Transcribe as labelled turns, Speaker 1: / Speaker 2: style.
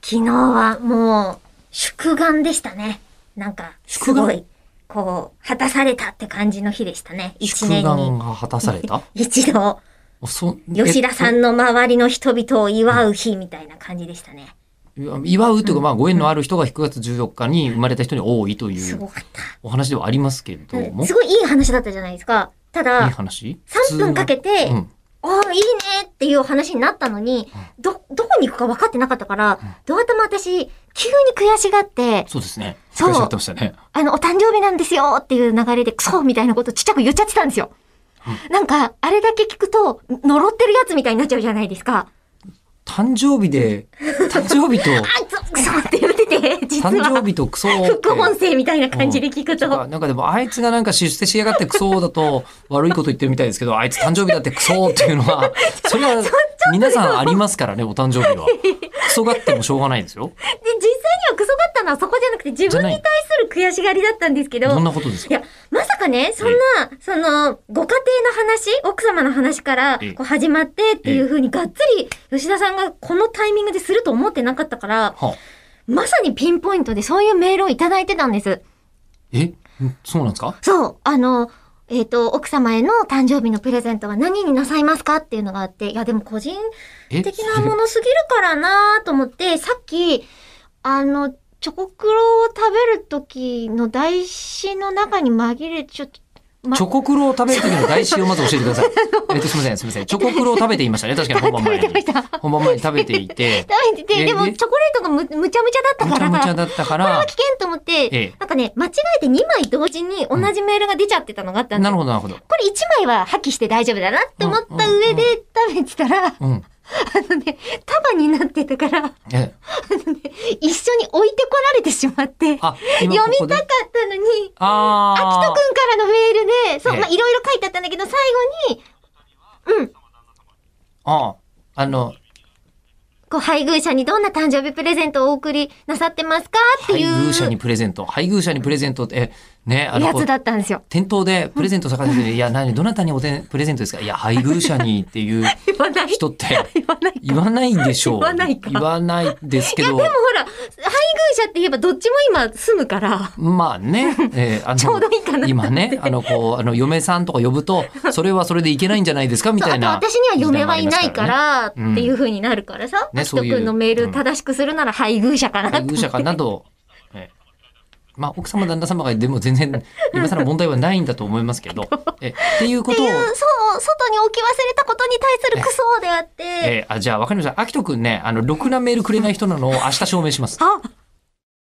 Speaker 1: 昨日はもう、祝願でしたね。なんか、す
Speaker 2: 祝
Speaker 1: ご
Speaker 2: 願
Speaker 1: い、こう、果たされたって感じの日でしたね。一
Speaker 2: 祝
Speaker 1: 年
Speaker 2: 願
Speaker 1: に
Speaker 2: が果たさ れた
Speaker 1: 一度、
Speaker 2: あそ
Speaker 1: 吉田さんの周りの人々を祝う日みたいな感じでしたね。
Speaker 2: ええ祝うというか、まあ、ご縁のある人が9月14日に生まれた人に多いとい
Speaker 1: すご
Speaker 2: う
Speaker 1: かった。
Speaker 2: お話ではありますけれど
Speaker 1: う
Speaker 2: も、
Speaker 1: ん
Speaker 2: いい
Speaker 1: すごいいい話だったじゃないですか。ただ、
Speaker 2: 話
Speaker 1: 3分かけて、
Speaker 2: うん、
Speaker 1: ああ、いいねっていう話になったのに、ど、どこに行くか分かってなかったから、どうやっても私、急に悔しがって、
Speaker 2: そうですね。
Speaker 1: そう
Speaker 2: おっしゃってましたね。
Speaker 1: あの、お誕生日なんですよっていう流れで、クソみたいなことちっちゃく言っちゃってたんですよ。なんか、あれだけ聞くと、呪ってるやつみたいになっちゃうじゃないですか。
Speaker 2: 誕生日で、 誕生日と、
Speaker 1: あ、クソクソって言ってて、実
Speaker 2: 誕生
Speaker 1: は。
Speaker 2: 日とクソって
Speaker 1: 副音声みたいな感じで聞くと、
Speaker 2: うんなんかなんかでもあいつがなんか出世しやがってクソ だと悪いこと言ってるみたいですけど、あいつ誕生日だってクソっていう のは、それは皆さんありますからね、お誕生日は。クソがってもしょうがないですよ。
Speaker 1: で、実際にはクソだったのはそこじゃなくて、自分に対する悔しがりだったんですけど、
Speaker 2: どんなことです
Speaker 1: い
Speaker 2: か
Speaker 1: や、まさかね、そんな、その、ご家庭の話、奥様の話から、
Speaker 2: ええ
Speaker 1: こう始まってっていう風に、がっつり、吉田さんがこのタイミングですると思ってなかったから、
Speaker 2: はあ
Speaker 1: まさにピンポイントでそういうメールをいただいてたんです。
Speaker 2: えんそうなんですか
Speaker 1: そう、あの、えっ、と、奥様への誕生日のプレゼントは何になさいますかっていうのがあって、いや、でも個人
Speaker 2: え
Speaker 1: 的なものすぎるからなと思って、さっき、あの、チョコクロを食べる時の台紙の中に紛れ、ちょっと、ま
Speaker 2: チョコクロを食べる時の台紙をまず教えてくだ さい。えっと、すみません、すみません。チョコクロを食べていましたね。確かに本番前
Speaker 1: 食べ
Speaker 2: に
Speaker 1: てました。
Speaker 2: 本番前に食べていて、
Speaker 1: 食べてて、
Speaker 2: え
Speaker 1: でもチ
Speaker 2: え
Speaker 1: ョコレートがむむちゃむちゃだっ
Speaker 2: む
Speaker 1: たか
Speaker 2: ちゃ
Speaker 1: ら、
Speaker 2: む
Speaker 1: こ
Speaker 2: ちゃ
Speaker 1: れ
Speaker 2: だったか
Speaker 1: は
Speaker 2: ら
Speaker 1: 危、険と思って、
Speaker 2: ええ
Speaker 1: なんかね、間違えて2枚同時に同じメールが出ちゃってたのがあったんで
Speaker 2: な
Speaker 1: すよ。
Speaker 2: るほど、なるほど。
Speaker 1: これ1枚は破棄して大丈夫だなって思った上で食べてたら、あ
Speaker 2: うん。
Speaker 1: のね、束になってたから、
Speaker 2: え
Speaker 1: 一緒に置いてこられてしまって、
Speaker 2: あ、今
Speaker 1: 読み
Speaker 2: ここ
Speaker 1: た
Speaker 2: で
Speaker 1: かったのに、
Speaker 2: あ
Speaker 1: あきとくん
Speaker 2: ー
Speaker 1: からのメールで、そう、
Speaker 2: ええ
Speaker 1: まあ、いろいろ書いてあったんだけど、最後に、
Speaker 2: ああの、
Speaker 1: こう、配偶者にどんな誕生日プレゼントをお送りなさってますかって
Speaker 2: 配
Speaker 1: いう
Speaker 2: 偶者にプレゼント。配偶者にプレゼントって、えね、あの、
Speaker 1: や
Speaker 2: こう
Speaker 1: つだったんですよ。
Speaker 2: 店頭でプレゼント探してて、いや、何、どなたにおてプレゼントですかいや、配偶者にっていう
Speaker 1: 言わない。
Speaker 2: 人って
Speaker 1: 言わない。
Speaker 2: 言わないでしょう。
Speaker 1: 言わないか
Speaker 2: 言わないですけど、
Speaker 1: でもほら、配偶者って言えばどっちも今住むから、
Speaker 2: ま あね、えーあの、
Speaker 1: ちょうどいいかな
Speaker 2: 今ね、あの、こう、あの、嫁さんとか呼ぶと、それはそれでいけないんじゃないですかみ
Speaker 1: そう
Speaker 2: た
Speaker 1: あ
Speaker 2: い
Speaker 1: と
Speaker 2: な。
Speaker 1: 私には嫁はいないか。らって
Speaker 2: うん
Speaker 1: いう風になるからさ、
Speaker 2: ね
Speaker 1: あきと
Speaker 2: そういう
Speaker 1: くんのメール正しくするなら配偶者かな
Speaker 2: 配偶者かなと、ええまあ、奥様、旦那様が、でも全然、今更問題はないんだと思いますけど、えっていうこ
Speaker 1: って
Speaker 2: とを、
Speaker 1: いう、そう、外に置き忘れたことに対するクソであって、
Speaker 2: えあじゃあ、わかりました。あきとくんね、あの、ろくなメールくれない人なのを明日証明します。
Speaker 1: あ、